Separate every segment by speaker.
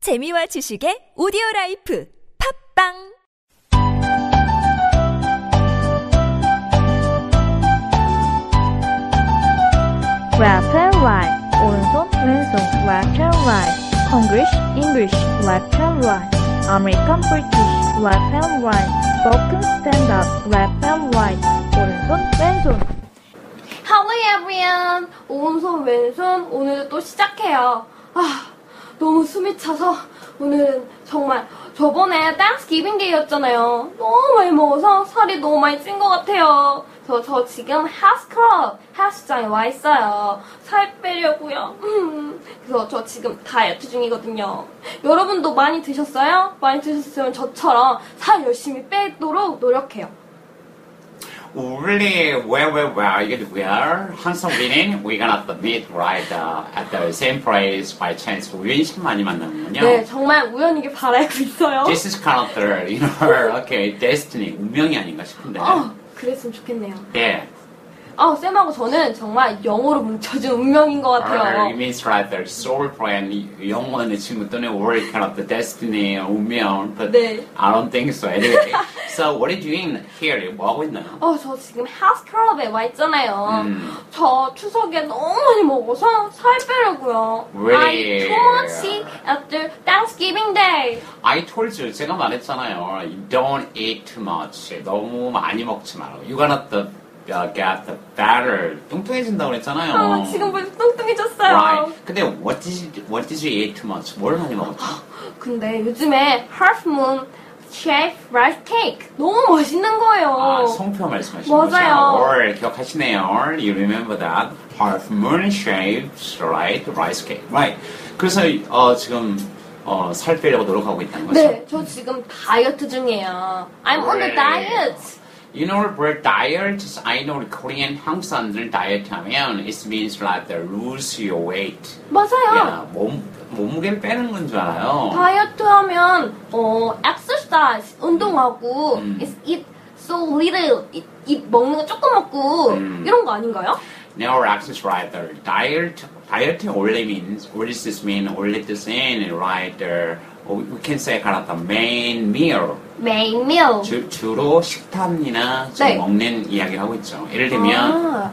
Speaker 1: 재미와 지식의 오디오 라이프 팝빵
Speaker 2: Water right, 오른손 왼손 Water right, Konglish English Water right, American British Water right, Spoken Stand Up Water right, 오른손 왼손
Speaker 3: Hello everyone. 오른손 왼손 오늘도 또 시작해요. 아 너무 숨이 차서 오늘은 정말 저번에 땡스기빙 데이였잖아요. 너무 많이 먹어서 살이 너무 많이 찐 것 같아요. 저, 저 지금 헬스클럽 헬스장에 와 있어요. 살 빼려고요. 음, 그래서 저 지금 다이어트 중이거든요. 여러분도 많이 드셨어요? 많이 드셨으면 저처럼 살 열심히 빼도록 노력해요.
Speaker 4: Really, well, well, well, you we are handsome winning. We're gonna have to meet right uh, at the same place by chance. 우연히 참 많이 만나는군요.
Speaker 3: 네, 정말 우연이길 바라고 있어요.
Speaker 4: This is kind of the, you know, okay, destiny, 운명이 아닌가 싶은데.
Speaker 3: 어, 그랬으면 좋겠네요.
Speaker 4: Yeah.
Speaker 3: 아, 쌤하고 저는 정말 영어로 뭉쳐진 운명인 것
Speaker 4: Or it
Speaker 3: 같아요.
Speaker 4: means right the soul plan, 영원의 친구 또는 or kind of the destiny, 운명. But
Speaker 3: 네.
Speaker 4: I don't think so. Anyway. so what are you doing here? 뭐 하고 있나요?
Speaker 3: 어, 저 지금 핫스클럽에 와 있잖아요.
Speaker 4: 음.
Speaker 3: 저 추석에 너무 많이 먹어서 살 빼려고요. I
Speaker 4: Really?
Speaker 3: too much after Thanksgiving Day.
Speaker 4: I told you, 제가 말했잖아요. You don't eat too much. 너무 많이 먹지 말라고. You gonna the, uh, get the fatter. 뚱뚱해진다고 그랬잖아요.
Speaker 3: 아, 지금 벌써 뚱뚱해졌어요.
Speaker 4: 어. Right. 근데 what did, you, what did you eat too much? 뭘 많이 먹었죠?
Speaker 3: 어. 근데 요즘에 half moon shape rice cake 너무 맛있는 거예요.
Speaker 4: 아, 성표 말씀하시는 거죠?
Speaker 3: 맞아요.
Speaker 4: Or, 기억하시네요. You remember that. Half moon shaped, right? Rice cake. Right. 그래서 어, 지금 어, 살 빼려고 노력하고 있다는 거죠?
Speaker 3: 네, 저 지금 다이어트 중이에요. I'm on the
Speaker 4: Really?
Speaker 3: diet.
Speaker 4: You know, for diet, I know Korean 한국 사람들 다이어트 하면 it means like they lose your weight.
Speaker 3: 맞아요.
Speaker 4: 야, 몸, 몸무게를 빼는 건 줄 알아요.
Speaker 3: 다이어트 하면 어 exercise 운동하고
Speaker 4: 음.
Speaker 3: is eat so little eat, eat 먹는 거 조금 먹고
Speaker 4: 음.
Speaker 3: 이런 거 아닌가요?
Speaker 4: Now, access rather, diet, diet only means, what does this mean? Only this in, right? there, 어, we can say kind of the main meal.
Speaker 3: Main meal.
Speaker 4: 주, 주로 식탐이나 지금
Speaker 3: 네.
Speaker 4: 먹는 이야기를 하고 있죠. 예를 들면,
Speaker 3: 아,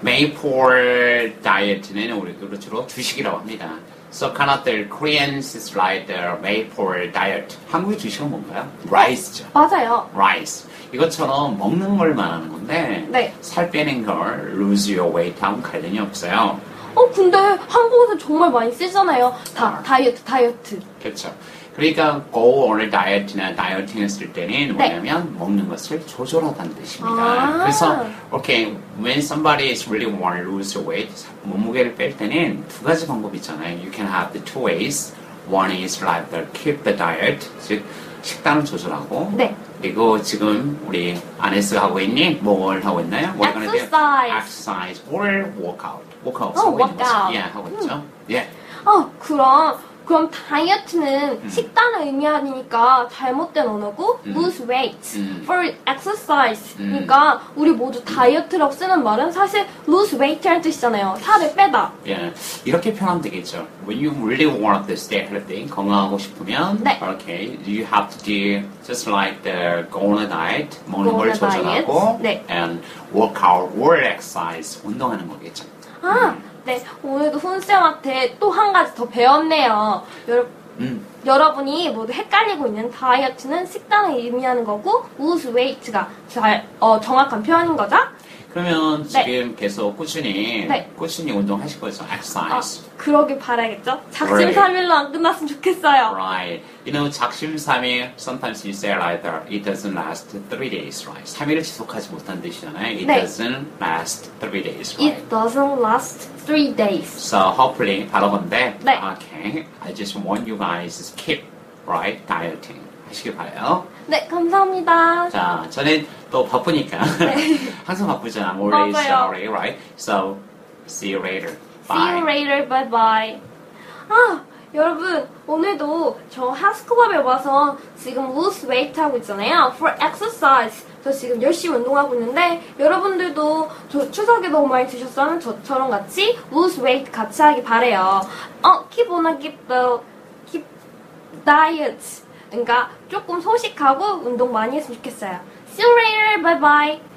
Speaker 4: 메이플 다이어트는 우리로 주로 주식이라고 합니다. So kind of the Koreans is like the maple diet. 한국의 주식은 뭔가요? Rice죠.
Speaker 3: 맞아요.
Speaker 4: Rice. 이것처럼 먹는 걸 말하는 건데
Speaker 3: 네.
Speaker 4: 살 빼는 걸 lose your weight하고 관련이 없어요.
Speaker 3: 어 근데 한국에서 정말 많이 쓰잖아요. 다 다이어트 다이어트.
Speaker 4: 그렇죠. 그러니까 go or diet나 다이어팅 했을 때는
Speaker 3: 네.
Speaker 4: 뭐냐면 먹는 것을 조절하다는 뜻입니다.
Speaker 3: 아.
Speaker 4: 그래서 okay, when somebody is really want to lose weight, 몸무게를 뺄 때는 두 가지 방법이 있잖아요. You can have the two ways. One is like the keep the diet, 즉 식단을 조절하고
Speaker 3: 네.
Speaker 4: 그리고 지금 우리 안에스 하고 있니? 뭘 하고 있나요? We're gonna do
Speaker 3: Exercise.
Speaker 4: exercise or workout. workout
Speaker 3: 어,
Speaker 4: 하고 있는 거죠.
Speaker 3: workout. 음.
Speaker 4: 예, 하고 있죠. 예.
Speaker 3: 아 그럼 그럼 다이어트는
Speaker 4: 음.
Speaker 3: 식단을 의미하니까 잘못된 언어고 lose weight
Speaker 4: 음.
Speaker 3: for exercise. 그러니까 우리 모두 다이어트라고 쓰는 말은 사실 lose weight라는 뜻이잖아요. 살을 빼다.
Speaker 4: 예, 이렇게 표현하면 되겠죠. When you really want to stay healthy, 건강하고 싶으면,
Speaker 3: 네.
Speaker 4: okay, you have to do just like the go on a diet,
Speaker 3: Go
Speaker 4: 먹는
Speaker 3: on
Speaker 4: 걸
Speaker 3: a
Speaker 4: 조절하고,
Speaker 3: diet. 네.
Speaker 4: and work out, work exercise, 운동하는 거겠죠.
Speaker 3: 아, 네. 오늘도 훈쌤한테 또 한 가지 더 배웠네요. 여러,
Speaker 4: 음,
Speaker 3: 여러분이 모두 헷갈리고 있는 다이어트는 식단을 의미하는 거고, lose weight가 잘, 어, 정확한 표현인 거죠? 아,
Speaker 4: 그러면
Speaker 3: 네.
Speaker 4: 지금 계속 꾸준히,
Speaker 3: 네.
Speaker 4: 꾸준히 운동하실 거죠.
Speaker 3: 아,
Speaker 4: exercise.
Speaker 3: 그러길 바라겠죠?
Speaker 4: Right.
Speaker 3: 작심삼일로 안 끝났으면 좋겠어요.
Speaker 4: Right. You know, 작심삼일, sometimes you say like that, it doesn't last three days, right? 3일을 지속하지 못한 뜻이잖아요. It
Speaker 3: 네.
Speaker 4: doesn't last three days, right?
Speaker 3: It doesn't last three days.
Speaker 4: So hopefully 바로 건데.
Speaker 3: 네.
Speaker 4: Okay. I just want you guys to keep right dieting. 하시길 바래요.
Speaker 3: 네, 감사합니다.
Speaker 4: 자, 저는 또 바쁘니까 항상 바쁘잖아. I'm always
Speaker 3: 맞아요.
Speaker 4: sorry, right? So see you later. Bye.
Speaker 3: See you later. Bye bye. 아, 여러분, 오늘도 저 하스쿠밥에 와서 지금 lose weight 하고 있잖아요. For exercise. 저 지금 열심히 운동하고 있는데 여러분들도 저 추석에 너무 많이 드셨으면 저처럼 같이 lose weight 같이 하기 바래요. 어, keep on a keep the keep diet. 그러니까 조금 소식하고 운동 많이 했으면 좋겠어요. See you later. Bye bye.